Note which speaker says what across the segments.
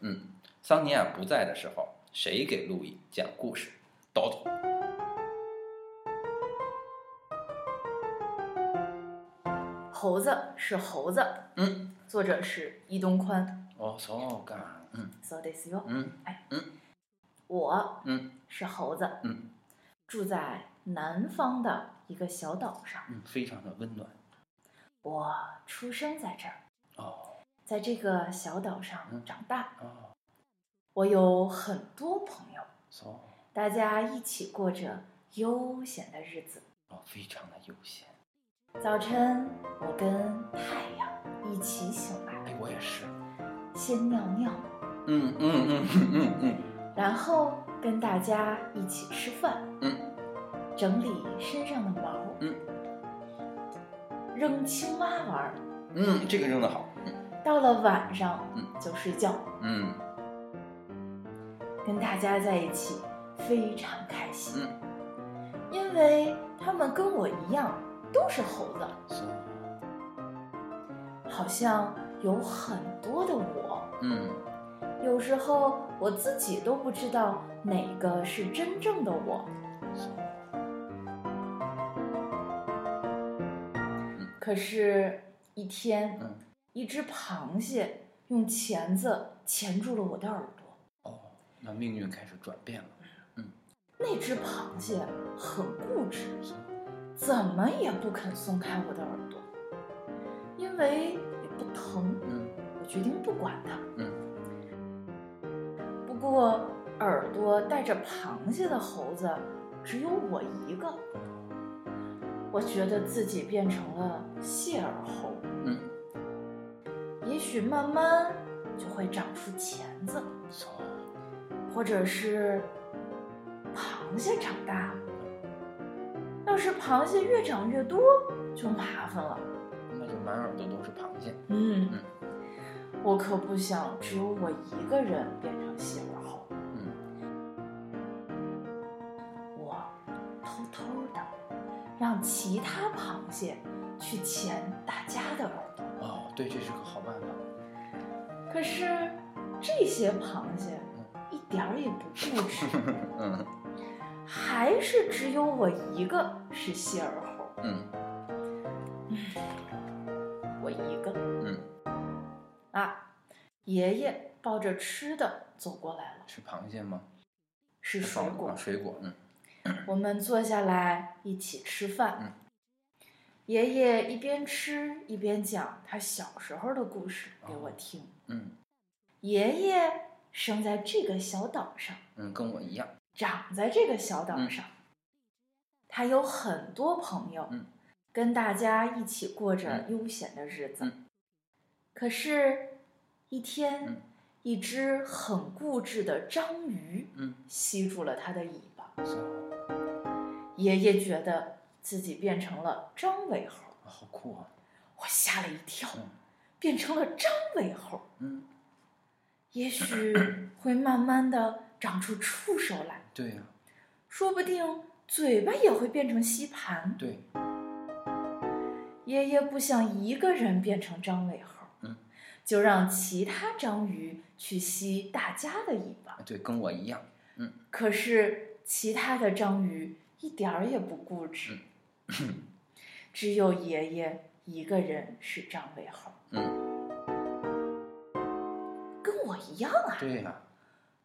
Speaker 1: 嗯，桑尼亚不在的时候，谁给路易讲故事？豆豆。
Speaker 2: 猴子是猴子，
Speaker 1: 嗯，
Speaker 2: 作者是伊东宽
Speaker 1: 我操哦干，嗯
Speaker 2: ，so this you，
Speaker 1: 嗯
Speaker 2: 我，
Speaker 1: 嗯，
Speaker 2: 是猴子，
Speaker 1: 嗯，
Speaker 2: 住在南方的一个小岛上，
Speaker 1: 嗯，非常的温暖
Speaker 2: 我出生在这儿，
Speaker 1: 哦
Speaker 2: 在这个小岛
Speaker 1: 嗯
Speaker 2: 上长大，
Speaker 1: 哦，
Speaker 2: 我有很多朋友，
Speaker 1: 操
Speaker 2: 大家一起过着悠闲的日子。
Speaker 1: 哦，非常的悠闲。
Speaker 2: 早晨，我跟太阳一起醒来，
Speaker 1: 哎，我也是，
Speaker 2: 先尿尿，
Speaker 1: 嗯嗯嗯嗯嗯
Speaker 2: 然后跟大家一起吃饭，
Speaker 1: 嗯，
Speaker 2: 整理身上的毛，
Speaker 1: 嗯，
Speaker 2: 扔青蛙玩儿，
Speaker 1: 嗯嗯，这个扔的好，
Speaker 2: 到了晚上，
Speaker 1: 嗯
Speaker 2: 就睡觉，
Speaker 1: 嗯
Speaker 2: 跟大家在一起非常开心，
Speaker 1: 嗯，
Speaker 2: 因为他们跟我一样都是猴子，
Speaker 1: 操，
Speaker 2: 好像有很多的我，
Speaker 1: 嗯
Speaker 2: 有时候我自己都不知道哪个是真正的我。
Speaker 1: 操，
Speaker 2: 可是，一天，
Speaker 1: 嗯
Speaker 2: 一只螃蟹用钳子钳住了我的耳朵。
Speaker 1: 哦，那命运开始转变了，
Speaker 2: 那只螃蟹很固执，
Speaker 1: 操，
Speaker 2: 怎么也不肯松开我的耳朵，因为也不疼。
Speaker 1: 嗯
Speaker 2: 我决定不管它。
Speaker 1: 嗯
Speaker 2: 不过，耳朵带着螃蟹的猴子只有我一个，我觉得自己变成了蟹耳猴，
Speaker 1: 嗯，
Speaker 2: 也许慢慢就会长出钳子，
Speaker 1: 操，
Speaker 2: 或者是螃蟹长大。要是螃蟹越长越多，就麻烦了。
Speaker 1: 那就满耳朵都是螃蟹，
Speaker 2: 嗯，我可不想只有我一个人变成蟹耳猴。
Speaker 1: 嗯
Speaker 2: 我偷偷的让其他螃蟹去钳大家的耳朵，
Speaker 1: 哦，对，这是个好办法，
Speaker 2: 可是这些螃蟹
Speaker 1: 嗯
Speaker 2: 一点儿也不固执，
Speaker 1: 嗯
Speaker 2: 还是只有我一个是蟹耳猴，
Speaker 1: 嗯
Speaker 2: 我一个
Speaker 1: 嗯，
Speaker 2: 啊！爷爷抱着吃的走过来了，
Speaker 1: 是螃蟹吗？
Speaker 2: 是水
Speaker 1: 螃
Speaker 2: 果
Speaker 1: 啊，。水果，嗯
Speaker 2: 我们坐下来一起吃饭。
Speaker 1: 嗯
Speaker 2: 爷爷一边吃一边讲他小时候的故事给我听。
Speaker 1: 嗯
Speaker 2: 爷爷生在这个小岛上，
Speaker 1: 嗯，跟我一样，
Speaker 2: 长在这个小岛上，他有很多朋友，
Speaker 1: 嗯
Speaker 2: 跟大家一起过着悠闲的日子。
Speaker 1: 嗯
Speaker 2: 可是，一天，
Speaker 1: 嗯
Speaker 2: 一只很固执的章鱼
Speaker 1: 嗯，
Speaker 2: 吸住了他的尾巴。
Speaker 1: 操，
Speaker 2: 爷爷觉得自己变成了张尾猴，
Speaker 1: 好酷啊，
Speaker 2: 我吓了一跳，
Speaker 1: 嗯
Speaker 2: 变成了张尾猴。
Speaker 1: 嗯，
Speaker 2: 也许会慢慢的长出触手来，
Speaker 1: 对啊呀、
Speaker 2: 说不定嘴巴也会变成吸盘。
Speaker 1: 对，
Speaker 2: 爷爷不想一个人变成张尾猴，
Speaker 1: 嗯
Speaker 2: 就让其他章鱼去吸大家的尾巴。
Speaker 1: 啊对，跟我一样，
Speaker 2: 可是其他的章鱼一点儿也不固执，
Speaker 1: 嗯
Speaker 2: 只有爷爷一个人是张尾猴，
Speaker 1: 嗯，
Speaker 2: 跟我一样啊。
Speaker 1: 对呀、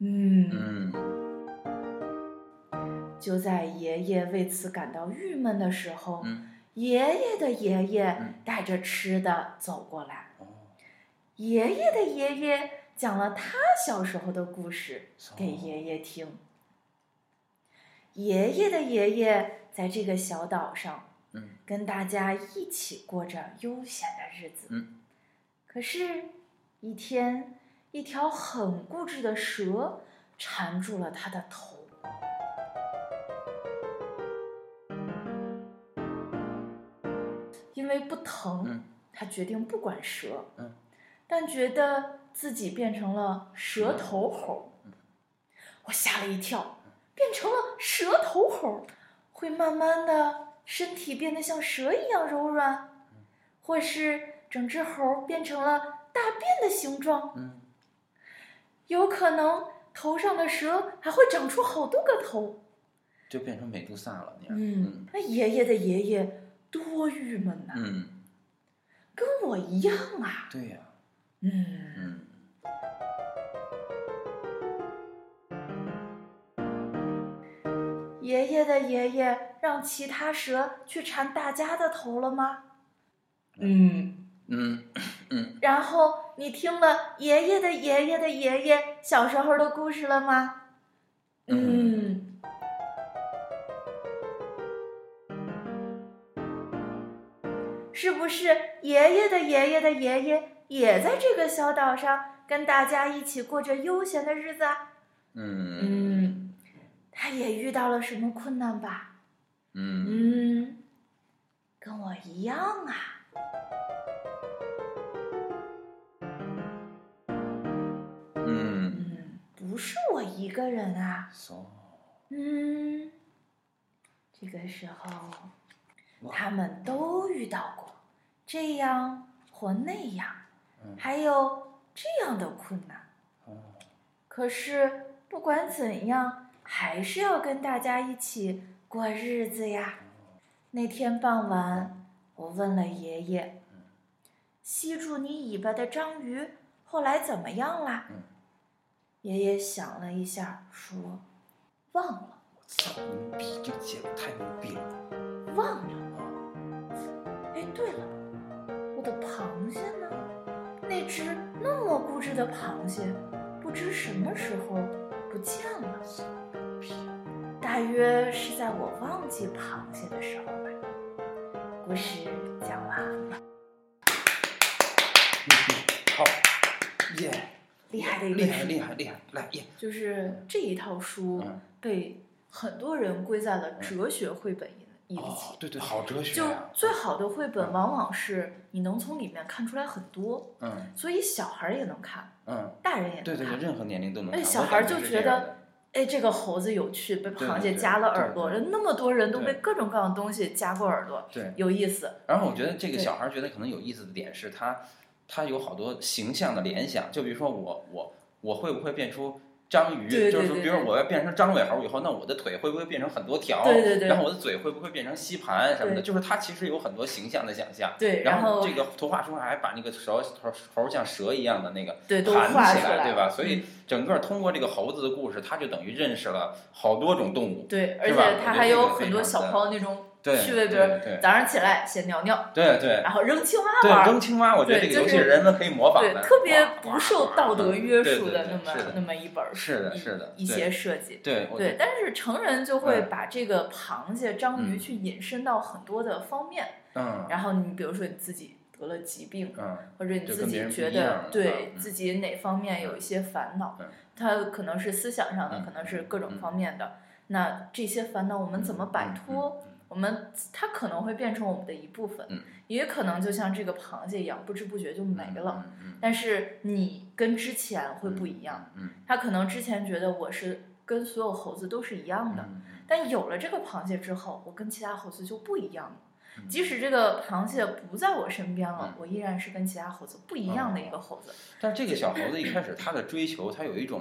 Speaker 2: 嗯，
Speaker 1: 嗯
Speaker 2: 就在爷爷为此感到郁闷的时候，
Speaker 1: 嗯，
Speaker 2: 爷爷的爷爷
Speaker 1: 嗯
Speaker 2: 带着吃的走过来，
Speaker 1: 哦，
Speaker 2: 爷爷的爷爷讲了他小时候的故事
Speaker 1: 操
Speaker 2: 给爷爷听。爷爷的爷爷在这个小岛上
Speaker 1: 嗯
Speaker 2: 跟大家一起过着悠闲的日子。
Speaker 1: 嗯
Speaker 2: 可是，一天，一条很固执的蛇缠住了他的头。因为不疼，
Speaker 1: 嗯
Speaker 2: 他决定不管蛇，
Speaker 1: 嗯
Speaker 2: 但觉得自己变成了
Speaker 1: 嗯
Speaker 2: 蛇头猴。我吓了一跳，变成了蛇头猴，会慢慢的身体变得像蛇一样柔软，
Speaker 1: 嗯
Speaker 2: 或是整只猴变成了大便的形状。
Speaker 1: 嗯
Speaker 2: 有可能头上的蛇还会长出好多个头。
Speaker 1: 就变成美杜莎了那样。
Speaker 2: 嗯，那爷爷的爷爷多郁闷呐、
Speaker 1: 嗯，
Speaker 2: 跟我一样啊。
Speaker 1: 对呀、
Speaker 2: 嗯，
Speaker 1: 嗯，
Speaker 2: 爷爷的爷爷让其他蛇去缠大家的头了吗？嗯，
Speaker 1: 嗯，
Speaker 2: 然后你听了爷爷的爷爷的爷爷小时候的故事了吗？嗯，是不是爷爷的爷爷的爷爷也在这个小岛上跟大家一起过着悠闲的日子啊？
Speaker 1: 嗯，
Speaker 2: 嗯，他也遇到了什么困难吧？
Speaker 1: 嗯，
Speaker 2: 嗯，跟我一样啊。
Speaker 1: 嗯，
Speaker 2: 嗯，不是我一个人啊。
Speaker 1: so，
Speaker 2: 嗯，这个时候
Speaker 1: 哇
Speaker 2: 他们都遇到过这样或那样，
Speaker 1: 嗯，
Speaker 2: 还有这样的困难。
Speaker 1: 哦，
Speaker 2: 可是不管怎样，还是要跟大家一起过日子呀。那天傍晚，我问了爷爷
Speaker 1: 嗯，
Speaker 2: 吸住你尾巴的章鱼后来怎么样啦
Speaker 1: 嗯？
Speaker 2: 爷爷想了一下，说：“忘了，
Speaker 1: 我操，牛逼！这个节目太牛逼了
Speaker 2: 忘了。
Speaker 1: 啊！
Speaker 2: 哎，对了，我的螃蟹呢？那只那么固执的螃蟹，不知什么时候不见了。”
Speaker 1: 牛逼！
Speaker 2: 大约是在我忘记螃蟹的时候吧。故事讲完了，
Speaker 1: 好，耶！
Speaker 2: 厉害的一个
Speaker 1: 厉害，
Speaker 2: 事
Speaker 1: 厉害，厉害！来，耶！
Speaker 2: 就是这一套书
Speaker 1: 嗯
Speaker 2: 被很多人归在了哲学绘本一一
Speaker 1: 哦
Speaker 2: 起。，
Speaker 1: 对对，好哲学
Speaker 2: 就
Speaker 1: 啊！
Speaker 2: 最好的绘本，往往是你能从里面看出来很多，
Speaker 1: 嗯
Speaker 2: 所以小孩儿也能看，
Speaker 1: 嗯，
Speaker 2: 大人也能看。
Speaker 1: 对对对，任何年龄都能
Speaker 2: 哎
Speaker 1: 看。
Speaker 2: 小
Speaker 1: 我
Speaker 2: 孩儿
Speaker 1: 感
Speaker 2: 就
Speaker 1: 是
Speaker 2: 觉
Speaker 1: 这样
Speaker 2: 得
Speaker 1: 的
Speaker 2: 哎，这个猴子有趣，被
Speaker 1: 对对
Speaker 2: 螃蟹
Speaker 1: 对
Speaker 2: 夹了
Speaker 1: 对
Speaker 2: 耳朵，
Speaker 1: 对
Speaker 2: 人那么多人都被
Speaker 1: 对
Speaker 2: 各种各样的东西夹过耳朵，
Speaker 1: 对。
Speaker 2: 有意思。
Speaker 1: 然后我觉得这个
Speaker 2: 对
Speaker 1: 小孩儿觉得可能有意思的点是他，他有好多形象的联想，就比如说我我我会不会变出章鱼？
Speaker 2: 对对
Speaker 1: 就是说，
Speaker 2: 对
Speaker 1: 比如说
Speaker 2: 对
Speaker 1: 我要变成张尾猴以后，那我的腿会不会变成很多条？
Speaker 2: 对对对
Speaker 1: 然后我的嘴会不会变成吸盘什么的？
Speaker 2: 对
Speaker 1: 就是他其实有很多形象的想象。
Speaker 2: 对，
Speaker 1: 然
Speaker 2: 后
Speaker 1: 这个图画书还把那个蛇猴猴像蛇一样的那个
Speaker 2: 对都
Speaker 1: 盘
Speaker 2: 画
Speaker 1: 起
Speaker 2: 出来
Speaker 1: 对吧？所
Speaker 2: 嗯
Speaker 1: 以整个通过这个猴子的故事，他就等于认识了好多种动物。
Speaker 2: 对，而
Speaker 1: 对吧
Speaker 2: 且
Speaker 1: 我
Speaker 2: 它
Speaker 1: 觉
Speaker 2: 还
Speaker 1: 得这
Speaker 2: 有
Speaker 1: 个非
Speaker 2: 很多
Speaker 1: 常
Speaker 2: 小
Speaker 1: 的
Speaker 2: 朋友那种
Speaker 1: 对
Speaker 2: 趣味，比
Speaker 1: 对
Speaker 2: 如
Speaker 1: 对
Speaker 2: 早上起来先尿尿，
Speaker 1: 对对
Speaker 2: 然后扔青蛙玩
Speaker 1: 对，
Speaker 2: 儿，
Speaker 1: 扔青蛙，我觉得
Speaker 2: 对
Speaker 1: 这个游
Speaker 2: 就
Speaker 1: 戏
Speaker 2: 是
Speaker 1: 人们可以模仿
Speaker 2: 对，
Speaker 1: 的，
Speaker 2: 特别
Speaker 1: 哇
Speaker 2: 不受道德约束
Speaker 1: 的
Speaker 2: 那么那么一本儿
Speaker 1: 是的
Speaker 2: 一
Speaker 1: 是的
Speaker 2: 一
Speaker 1: 对
Speaker 2: 些设计。
Speaker 1: 对，我觉
Speaker 2: 对
Speaker 1: 得，
Speaker 2: 但是成人就会
Speaker 1: 嗯
Speaker 2: 把这个螃蟹、章鱼
Speaker 1: 嗯
Speaker 2: 去引申到很多的方面，
Speaker 1: 嗯
Speaker 2: 然后你比如说你自己得了疾病，
Speaker 1: 嗯
Speaker 2: 或者你
Speaker 1: 就
Speaker 2: 自
Speaker 1: 跟别人
Speaker 2: 己
Speaker 1: 不
Speaker 2: 觉
Speaker 1: 一
Speaker 2: 得
Speaker 1: 样
Speaker 2: 对
Speaker 1: 嗯
Speaker 2: 自己哪方面有一些烦恼
Speaker 1: 对，
Speaker 2: 它可能是思想上的，
Speaker 1: 嗯
Speaker 2: 可能是各种
Speaker 1: 嗯
Speaker 2: 方面的。那这些烦恼我们怎么摆脱？
Speaker 1: 嗯
Speaker 2: 我们它可能会变成我们的一部分，
Speaker 1: 嗯
Speaker 2: 也可能就像这个螃蟹一样，不知不觉就没了。，
Speaker 1: 嗯嗯
Speaker 2: 但是你跟之前会不一样，，
Speaker 1: 嗯
Speaker 2: 它可能之前觉得我是跟所有猴子都是一样
Speaker 1: 嗯
Speaker 2: 的，
Speaker 1: 嗯，
Speaker 2: 但有了这个螃蟹之后，我跟其他猴子就不一样了。
Speaker 1: 嗯
Speaker 2: 即使这个螃蟹不在我身边了
Speaker 1: 嗯，哦
Speaker 2: 我依然是跟其他猴子不一样的一个猴子。
Speaker 1: 但是这个小猴子一开始他的追求，他有一种，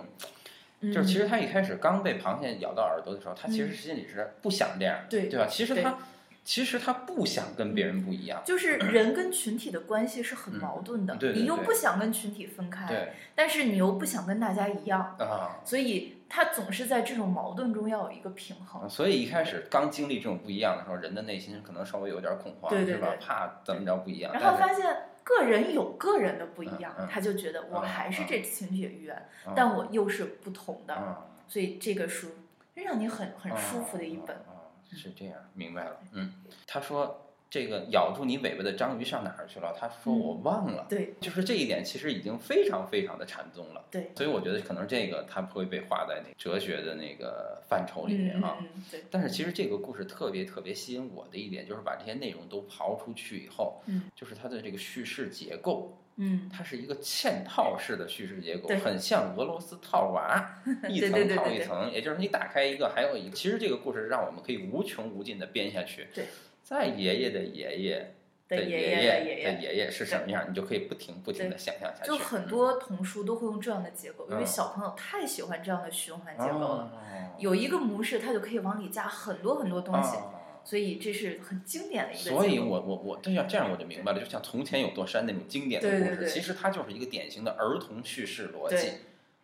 Speaker 2: 嗯
Speaker 1: 就是其实他一开始刚被螃蟹咬到耳朵的时候，他其实
Speaker 2: 嗯
Speaker 1: 心里是不想这样的，
Speaker 2: 对
Speaker 1: 对吧？其
Speaker 2: 对
Speaker 1: 实他其实他不想跟别人不一样，
Speaker 2: 就是人跟群体的关系是很矛盾的，
Speaker 1: 嗯对对
Speaker 2: 你又
Speaker 1: 对
Speaker 2: 不想跟群体分开，
Speaker 1: 对
Speaker 2: 但是你又不想跟大家一样，
Speaker 1: 啊。
Speaker 2: 所以他总是在这种矛盾中要有一个平衡。
Speaker 1: 所以一开始刚经历这种不一样的时候，人的内心可能稍微有点恐慌，
Speaker 2: 对对
Speaker 1: 是吧？
Speaker 2: 对
Speaker 1: 怕怎么着不一样。
Speaker 2: 然
Speaker 1: 但
Speaker 2: 后
Speaker 1: 是
Speaker 2: 发现个人有个人的不一样，
Speaker 1: 嗯嗯嗯
Speaker 2: 他就觉得我
Speaker 1: 嗯
Speaker 2: 还是
Speaker 1: 嗯
Speaker 2: 这群体的一员，
Speaker 1: 嗯
Speaker 2: 但我又是不同的，
Speaker 1: 嗯
Speaker 2: 所以这个书让你很很舒服的一本。
Speaker 1: 啊啊啊是这样，明白了。嗯，他说这个咬住你尾巴的章鱼上哪儿去了？他说
Speaker 2: 嗯
Speaker 1: 我忘了。
Speaker 2: 对
Speaker 1: 就是这一点，其实已经非常非常的禅宗了。
Speaker 2: 对，
Speaker 1: 所以我觉得可能这个它会被划在那哲学的那个范畴里
Speaker 2: 嗯
Speaker 1: 面
Speaker 2: 嗯
Speaker 1: 啊。
Speaker 2: 嗯，对，
Speaker 1: 但是其实这个故事特别特别吸引我的一点，就是把这些内容都刨出去以后，
Speaker 2: 嗯
Speaker 1: 就是它的这个叙事结构，
Speaker 2: 嗯
Speaker 1: 它是一个嵌套式的叙事结构
Speaker 2: 对，
Speaker 1: 很像俄罗斯套 娃，一
Speaker 2: 对
Speaker 1: 层
Speaker 2: 对对
Speaker 1: 套
Speaker 2: 对
Speaker 1: 一
Speaker 2: 对
Speaker 1: 层，也就是你打开一个，还有一个。其实这个故事让我们可以无穷无尽的编下去。
Speaker 2: 对，
Speaker 1: 在爷爷的爷爷的
Speaker 2: 爷
Speaker 1: 爷
Speaker 2: 的
Speaker 1: 爷
Speaker 2: 爷，
Speaker 1: 爷是什么样，你就可以不停不停的想象下去。
Speaker 2: 就很多童书都会用这样的结构，因为
Speaker 1: 嗯
Speaker 2: 小朋友太喜欢这样的循环
Speaker 1: 嗯
Speaker 2: 结构了。
Speaker 1: 哦
Speaker 2: 有一个模式，它就可以往里加很多很多东西，
Speaker 1: 哦
Speaker 2: 所以这是很经典的一个结构。
Speaker 1: 所以我我我这样这样我就明白了，就像《从前有座山》那种经典的故
Speaker 2: 对
Speaker 1: 事，
Speaker 2: 对对
Speaker 1: 其实它就是一个典型的儿童叙事逻辑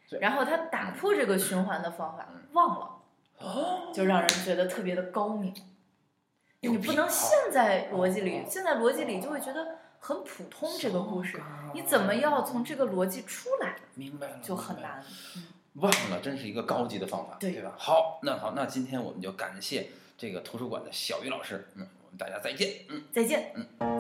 Speaker 2: 对。然后他打破这个循环的方法
Speaker 1: 嗯，
Speaker 2: 忘了，
Speaker 1: 哦，
Speaker 2: 就让人觉得特别的高明。
Speaker 1: 有
Speaker 2: 你不
Speaker 1: 必
Speaker 2: 能
Speaker 1: 要
Speaker 2: 陷在逻辑里
Speaker 1: 哦，
Speaker 2: 陷在逻辑里就会觉得很普通。这个故事，
Speaker 1: 哦
Speaker 2: 你怎么要从这个逻辑出来
Speaker 1: 明白了
Speaker 2: 就很。
Speaker 1: 明白了
Speaker 2: 难。嗯
Speaker 1: 忘了，真是一个高级的方法，
Speaker 2: 对
Speaker 1: 吧？好，那好，那今天我们就感谢这个图书馆的小于老师，嗯，我们大家再见，嗯。
Speaker 2: 再见。
Speaker 1: 嗯